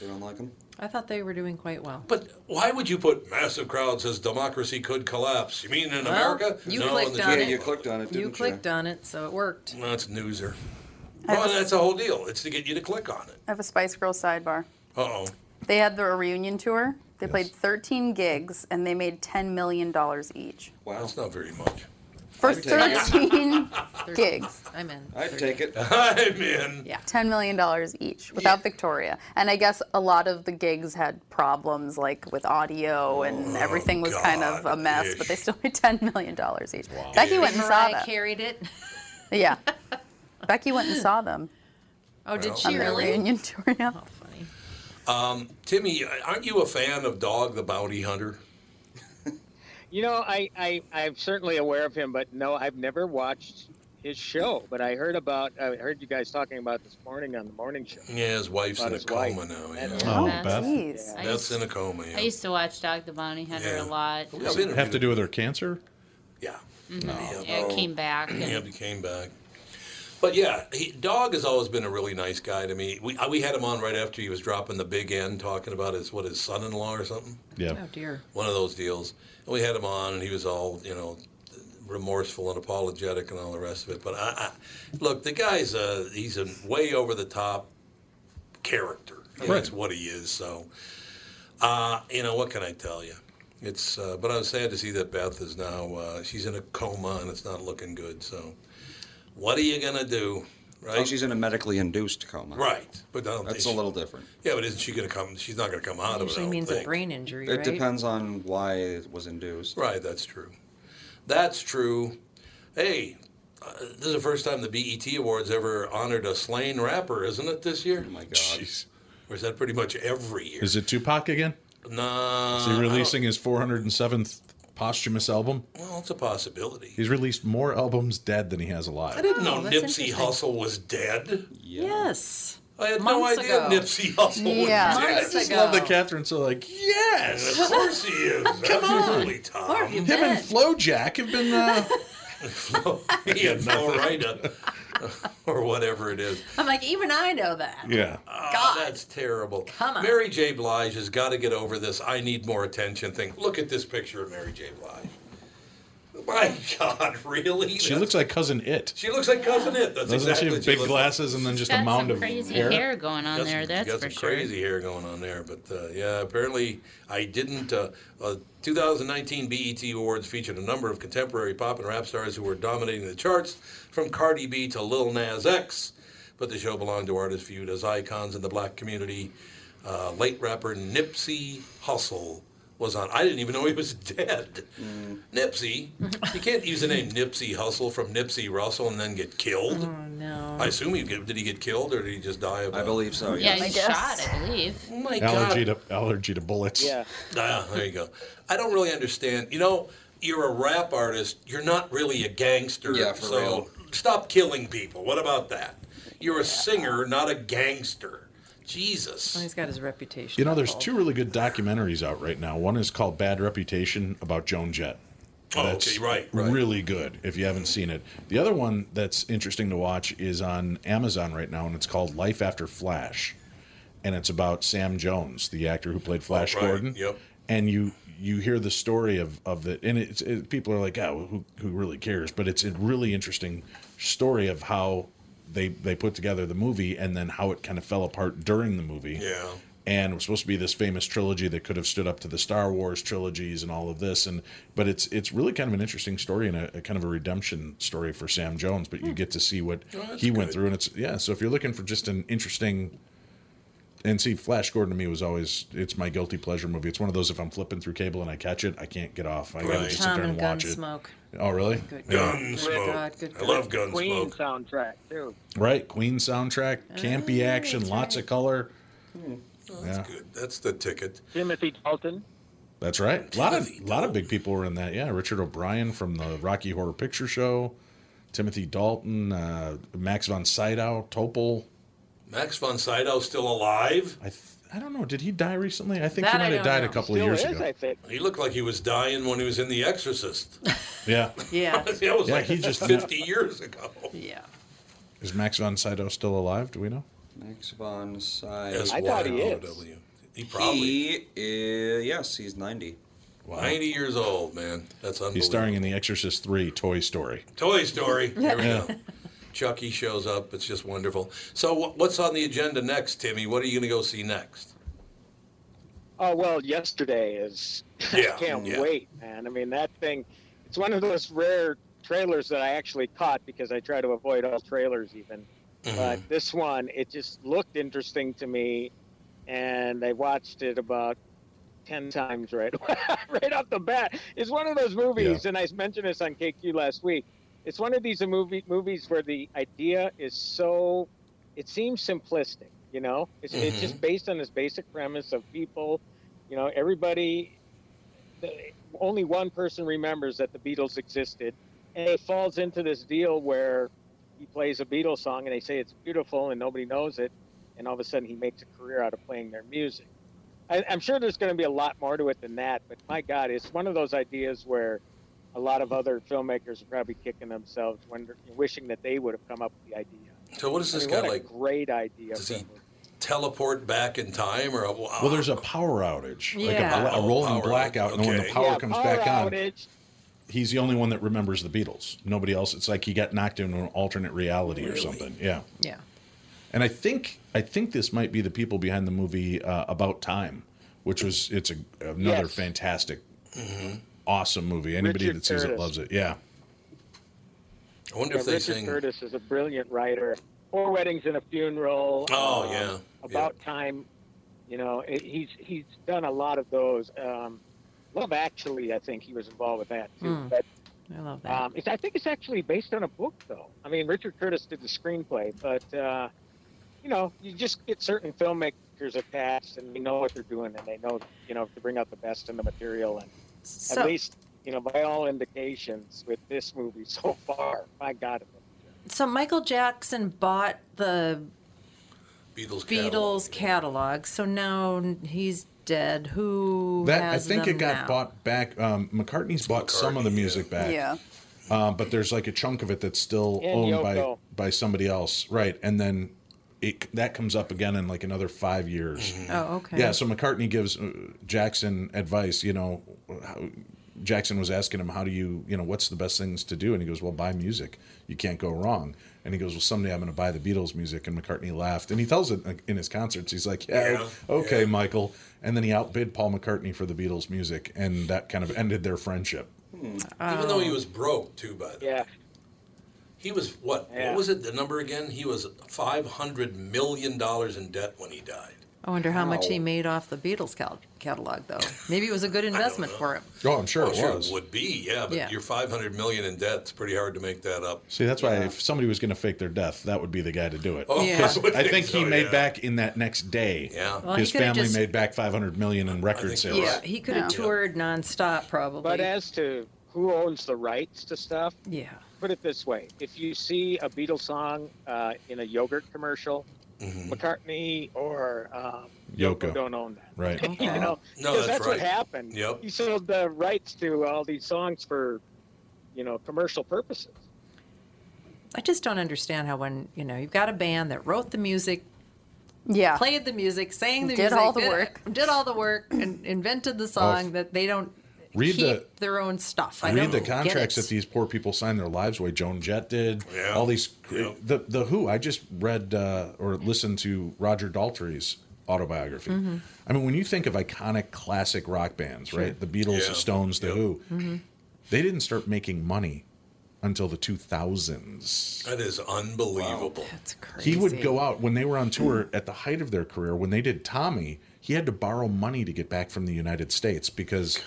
They don't like him. I thought they were doing quite well. But Why would you put massive crowds as democracy could collapse? You mean in Well, America? you no, in clicked the on Czech it. Yeah, you Republic. clicked on it, you clicked on it, so it worked. No, it's newser. Well, that's the whole deal. It's to get you to click on it. I have a Spice Girls sidebar. Uh oh. They had their reunion tour. They played 13 gigs and they made 10 million dollars each Wow. That's not very much. for I'd take it. 13 gigs. I'm in. I'd take it. I'm in. Yeah. $10 million each without Victoria. And I guess a lot of the gigs had problems like with audio Oh, and everything was kind of a mess, but they still made $10 million each. Becky went and saw Mariah them. carried it. Yeah. Becky went and saw them. Oh, did Well, she on their really? reunion tour. Yeah. Um, Timmy, aren't you a fan of Dog the Bounty Hunter? You know, I, I I'm certainly aware of him, but no, I've never watched his show. But I heard about I heard you guys talking about this morning on the morning show. Yeah, his wife's About in a his coma wife. now. Yeah. That's- Oh, Beth. Beth. Jeez. I Beth's used- in a coma. I Yeah. used to watch Dog the Bounty Hunter Yeah. a lot. I've interviewed have to do with her cancer? Yeah. Mhm. Yeah, it came back. and- yeah, he came back. But yeah, he, Dog has always been a really nice guy to me. We, I- we had him on right after he was dropping the big end, talking about his what his son-in-law or something. Yeah. Oh dear. One of those deals. And we had him on, and he was all you know remorseful and apologetic and all the rest of it. But I, I look, the guy's a, he's a way over the top character. I mean, That's what he is. So, uh, you know, what can I tell you? It's uh, but I'm sad to see that Beth is now uh, she's in a coma and it's not looking good. So, what are you gonna do, right? Oh, she's in a medically induced coma. Right, but I don't That's think a she- little different. Yeah, but isn't she gonna come? She's not gonna come out of it. I Usually don't means a think. brain injury, It right? depends on why it was induced. Right, that's true. That's true. Hey, uh, this is the first time the BET Awards ever honored a slain rapper, isn't it, this year? Oh, my God. Jeez. Or is that pretty much every year? Is it Tupac again? Nah. Is he releasing his 407th posthumous album? Well, it's a possibility. He's released more albums dead than he has alive. I didn't know that's Nipsey Hussle was dead. Oh, Yes. I had Months no idea ago. Nipsey Hussle Oh. Yeah. was dead. I Months just ago. love that Catherine's so like, yes, Of course he is. Come on. Tom. Him and Flowjack have been. Uh, he had Florida or whatever it is. I'm like, even I know that. Yeah. God. Oh, that's terrible. Come on. Mary J. Blige has got to get over this I need more attention thing. Look at this picture of Mary J. Blige. My God, really? she looks like cousin It. She looks like Cousin It. That's Doesn't exactly she what have she big looks glasses and then just a Got mound some of crazy hair? hair going on Got there, some- that's got some for sure. crazy hair going on there, but uh, yeah, apparently I didn't. Uh, uh, 2019 BET E Awards featured a number of contemporary pop and rap stars who were dominating the charts, from Cardi B to Lil Nas X. But the show belonged to artists viewed as icons in the black community. Uh, late rapper Nipsey Hussle was on. I didn't even know he was dead. Mm. Nipsey, you can't use the name Nipsey Hussle from Nipsey Russell and then get killed. Oh no. I assume he did. He get killed, or did he just die? Of I believe so. Yeah, he shot, I believe. Oh my Allergy to, allergy to bullets. Ah, there you go. I don't really understand. You know, you're a rap artist. You're not really a gangster. Yeah, for so real. stop killing people. What about that? You're a singer, not a gangster. Jesus. Well, he's got his reputation. You know, there's up. two really good documentaries out right now. One is called Bad Reputation about Joan Jett. Oh, okay, right, right. Really good if you haven't seen it. The other one that's interesting to watch is on Amazon right now, and it's called Life After Flash, and it's about Sam Jones, the actor who played Flash Oh, right, Gordon. yep. And you you hear the story of of the and it's it, people are like, oh, who who really cares? But it's a really interesting story of how they they put together the movie and then how it kind of fell apart during the movie Yeah. and it was supposed to be this famous trilogy that could have stood up to the Star Wars trilogies and all of this. And but it's it's really kind of an interesting story and a, a kind of a redemption story for Sam Jones. But you get to see what Oh, Hmm. that's he went good. through, and it's yeah. So if you're looking for just an interesting and see, Flash Gordon to me was always it's my guilty pleasure movie. It's one of those if I'm flipping through cable and I catch it, I can't get off. I gotta Right. sit Tom there and and watch Gunsmoke. it. Oh, really? Good Yeah. Oh God, good I love Gunsmoke. Queen soundtrack too. Right, Queen soundtrack, Ah, campy action, lots of color. that's yeah. good. That's the ticket. Timothy Dalton. That's right. A lot of lot of big people were in that. Yeah, Richard O'Brien from the Rocky Horror Picture Show, Timothy Dalton, uh, Max von Sydow, Topol. Max von Sydow's still alive. I, th- I don't know. Did he die recently? I think he That I might have don't died know. a couple of years ago. He looked like he was dying when he was in The Exorcist. Yeah. Yeah. that was Yeah, like he just- 50 years ago. Yeah. Is Max von Sydow still alive? Do we know? Max von Sydow. I thought he is. He probably- He is- yes, he's 90. 90 years old, man. That's unbelievable. He's starring in The Exorcist Three, Toy Story. Toy Story. Here we Yeah. go. Chucky shows up. It's just wonderful. So, wh- what's on the agenda next, Timmy? What are you going to go see next? Oh well, yesterday is. Yeah, I can't yeah. wait, man. I mean that thing. It's one of those rare trailers that I actually caught because I try to avoid all trailers even. Mm-hmm. But this one, it just looked interesting to me, and I watched it about ten times right right off the bat. It's one of those movies, and I mentioned this on KQ last week. It's one of these movie movies where the idea is so it seems simplistic, you know. It's, Mm-hmm. it's just based on this basic premise of people, you know, everybody. the- Only one person remembers that the Beatles existed, and it falls into this deal where he plays a Beatles song and they say it's beautiful and nobody knows it, and all of a sudden he makes a career out of playing their music. I, I'm sure there's going to be a lot more to it than that, but my God, it's one of those ideas where a lot of other filmmakers are probably kicking themselves, wonder, wishing that they would have come up with the idea. So, what is I this mean, guy what a like? Great idea. Does he teleport back in time, or uh, Well, there's a power outage, like Yeah. a, bla- a rolling Oh, Power outage. blackout, and when the Okay. power Yeah, comes power back on, outage. he's the only one that remembers the Beatles. Nobody else. It's like he got knocked into an alternate reality or something. Yeah. Yeah. And I think I think this might be the people behind the movie uh, About Time, which was it's a, another Yes. Mm-hmm. fantastic, awesome movie. Anybody Richard that sees it Curtis. loves it. Yeah. I wonder Yeah, if they Richard sing. Curtis is a brilliant writer. Four Weddings and a Funeral. um, Oh, yeah, About Time. You know, it, he's he's done a lot of those. Um, Love Actually, I think he was involved with that too. Mm. But I love that. um, it's, I think it's actually based on a book, though. I mean, Richard Curtis did the screenplay, but uh, you know, you just get certain filmmakers a pass, and they know what they're doing, and they know you know to bring out the best in the material, and So- at least you know by all indications with this movie so far, my God, So Michael Jackson bought the Beatles Beatles catalog. So now he's dead. Who That I has think them it got now? bought back. Um, McCartney's bought some of the music back. Yeah. Uh, but there's like a chunk of it that's still And owned Yoko. by by somebody else, right? And then it that comes up again in like another five years. Oh, okay. Yeah. So McCartney gives uh, Jackson advice. You know, how, Jackson was asking him, "How do you, you know, what's the best things to do?" And he goes, "Well, buy music. You can't go wrong." And he goes, "Well, someday I'm going to buy the Beatles music." And McCartney laughed, and he tells it like, in his concerts. He's like, "Yeah, Yeah, okay, Michael." And then he outbid Paul McCartney for the Beatles music, and that kind of ended their friendship. Even though he Um, was broke too, by the yeah. He was what? Yeah. What was it? The number again? He was five hundred million dollars in debt when he died. I wonder how much he Wow. made off the Beatles cal- catalog, though. Maybe it was a good investment for him. Oh, I'm sure I'm it sure was. it would be, yeah. But Yeah. you're five hundred million in debt. It's pretty hard to make that up. See, that's why if somebody was going to fake their death, that would be the guy to do it. Oh, Yeah. 'Cause I would I think think he so, made yeah. back in that next day. Yeah, Well, he his could've family just- made back 500 million in record sales. Yeah, he could have toured nonstop, probably. But as to who owns the rights to stuff, yeah, put it this way: if you see a Beatles song uh, in a yogurt commercial, Mm-hmm. McCartney or um, Yoko. don't own that. Right. you know, No, 'cause that's that's right. what happened. Yep. He sold the rights to all these songs for, you know, commercial purposes. I just don't understand how when you know you've got a band that wrote the music, Yeah. played the music, sang the Did music, all the work. did all the work, and invented the song that they don't Read keep the- their own stuff. I Read don't the get contracts it. that these poor people signed their lives away. Joan Jett did. All these. The the Who. I just read uh, or listened to Roger Daltrey's autobiography. Mhm. I mean, when you think of iconic classic rock bands, Sure. right? The Beatles, Yeah. the Stones, the Who. Mhm. They didn't start making money until the 2000s. That is unbelievable. That's He would go out when they were on tour at the height of their career. When they did Tommy, he had to borrow money to get back from the United States because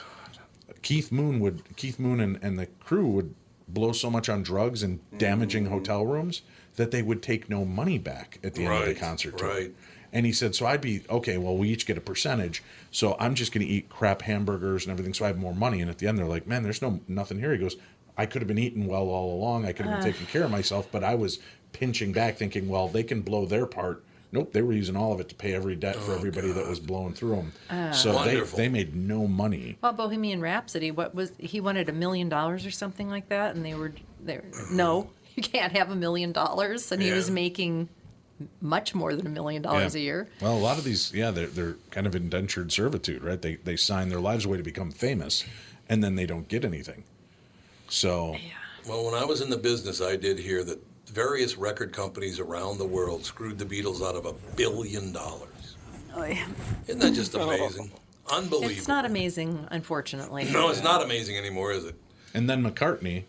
Keith Moon would Keith Moon and, and the crew would blow so much on drugs and Mm. damaging hotel rooms that they would take no money back at the end of Right, the concert tour. right. And he said, so I'd be okay. Well, we each get a percentage, so I'm just going to eat crap hamburgers and everything, so I have more money. And at the end, they're like, man, there's no nothing here. He goes, I could have been eating well all along. I could have been Ugh. taking care of myself, but I was pinching back, thinking, well, they can blow their part. Nope, they were using all of it to pay every debt for everybody that was blowing through them. Ugh. so they, Wonderful. they made no money. Well, Bohemian Rhapsody, what was he wanted a million dollars or something like that, and they were they were, no, you can't have a million dollars, and he Yeah. was making much more than a million dollars Yeah. a year. Well, a lot of these, yeah, they're, they're kind of indentured servitude, right? They they sign their lives away to become famous, and then they don't get anything. So Well, when I was in the business, I did hear that various record companies around the world screwed the Beatles out of a billion dollars. Oh, Isn't that just amazing? Unbelievable. Oh. It's not amazing, unfortunately. no, it's not amazing anymore, is it? And then McCartney,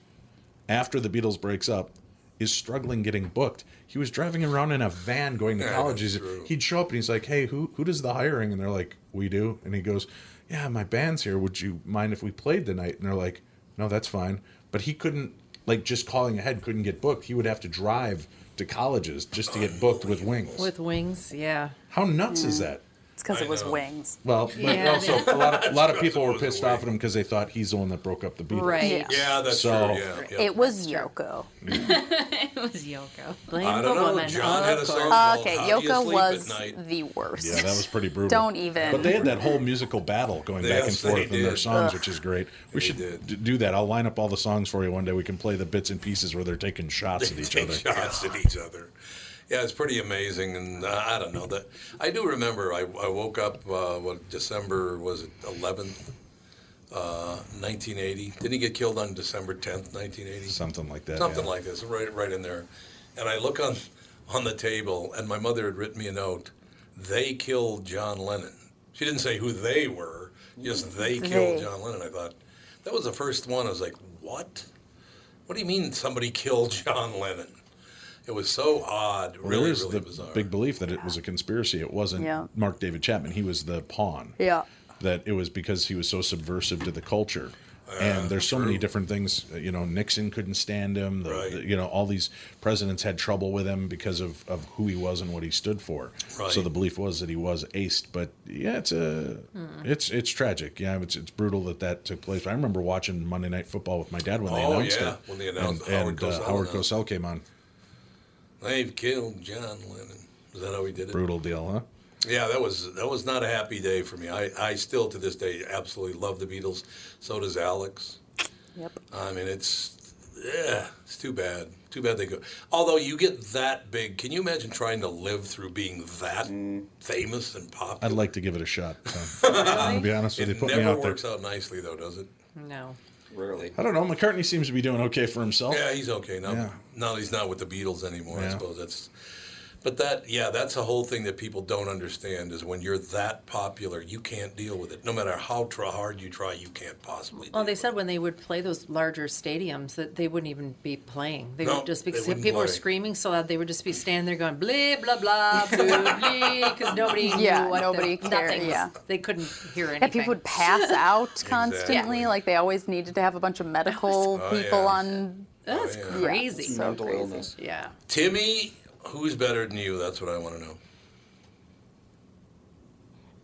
after the Beatles breaks up, is struggling getting booked. He was driving around in a van going to Yeah, colleges. that's true. He'd show up and he's like, "Hey, who who does the hiring?" And they're like, "We do." And he goes, "Yeah, my band's here. Would you mind if we played tonight?" And they're like, "No, that's fine." But he couldn't like just calling ahead couldn't get booked. He would have to drive to colleges just to get booked with Wings. With wings, yeah. How nuts is that? It's because it was know. wings. Well, but Yeah, also they- a lot of, a lot of people were pissed off at him because they thought he's the one that broke up the Beatles. Right. Yeah, that's so, true, yeah. It was Yoko. it was Yoko. Blame I the don't know, woman. John had a Of song course. called Okay, How Do You Yoko Sleep was at Night? the worst. Yeah, that was pretty brutal. Don't even. But they had that whole musical battle going back and Yes, they forth in their did. songs, Ugh. which is great. We should d- do that. I'll line up all the songs for you one day. We can play the bits and pieces where they're taking shots They at each take other. shots at each other. Yeah, it's pretty amazing, and uh, I don't know that. I do remember. I, I woke up. Uh, what December was it? Eleventh, uh, nineteen eighty. Didn't he get killed on December tenth, nineteen eighty? Something like that. Something yeah. like this, right, right in there. And I look on, on the table, and my mother had written me a note. They killed John Lennon. She didn't say who they were. Just they killed They. John Lennon. I thought that was the first one. I was like, what? What do you mean somebody killed John Lennon? It was so odd. Well, really, there is really the bizarre. big belief that it was a conspiracy. It wasn't Yeah. Mark David Chapman. He was the pawn. Yeah. That it was because he was so subversive to the culture. and there's so many different things. uh, You know, Nixon couldn't stand him. The, the- you know, all these presidents had trouble with him because of, of who he was and what he stood for. Right. So the belief was that he was aced. But yeah, it's a Hmm. it's it's tragic. Yeah, it's it's brutal that that took place. I remember watching Monday Night Football with my dad when they Oh, announced yeah, it. when they announced and, Howard and, uh, Cosell Howard announced Cosell came on. They've killed John Lennon. Is that how we did it? Brutal deal, huh? Yeah, that was that was not a happy day for me. I, I still to this day absolutely love the Beatles. So does Alex. Yep. I mean, it's yeah, it's too bad. Too bad they go. Although you get that big, can you imagine trying to live through being that famous and popular? I'd like to give it a shot. So, I'm gonna be honest with you. It Put never me out there. works out nicely, though, does it? No. Rarely. I don't know. McCartney seems to be doing okay for himself. Yeah, he's okay now. Yeah. Now he's not with the Beatles anymore. I Yeah. suppose that's. But that, yeah, that's a whole thing that people don't understand is when you're that popular, you can't deal with it. No matter how try hard you try, you can't possibly. Well, they said when they would play those larger stadiums that they wouldn't even be playing. They No, would just be they because wouldn't people were play. screaming so loud they would just be standing there going blah blah blah blah blah because nobody Yeah, knew what nobody the, cared, nothing was- yeah. they couldn't hear anything. Yeah, people would pass out constantly. Exactly. Like they always needed to have a bunch of medical Oh, people yeah. on. That's yeah. crazy. so Mental crazy. illness. Yeah. Timmy, who's better than you? That's what I want to know.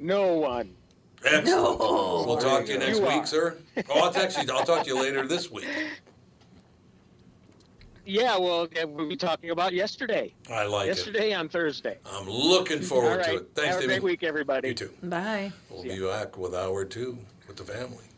No one. Excellent. We'll talk to you There next you week, are. sir. Oh, I'll text you. I'll talk to you later this week. Yeah, well, yeah, we'll be talking about yesterday. I like it. yesterday on Thursday. I'm looking forward All to right. it. Thanks, Have a Timmy. great week, everybody. You too. Bye. We'll be back with hour two with the family.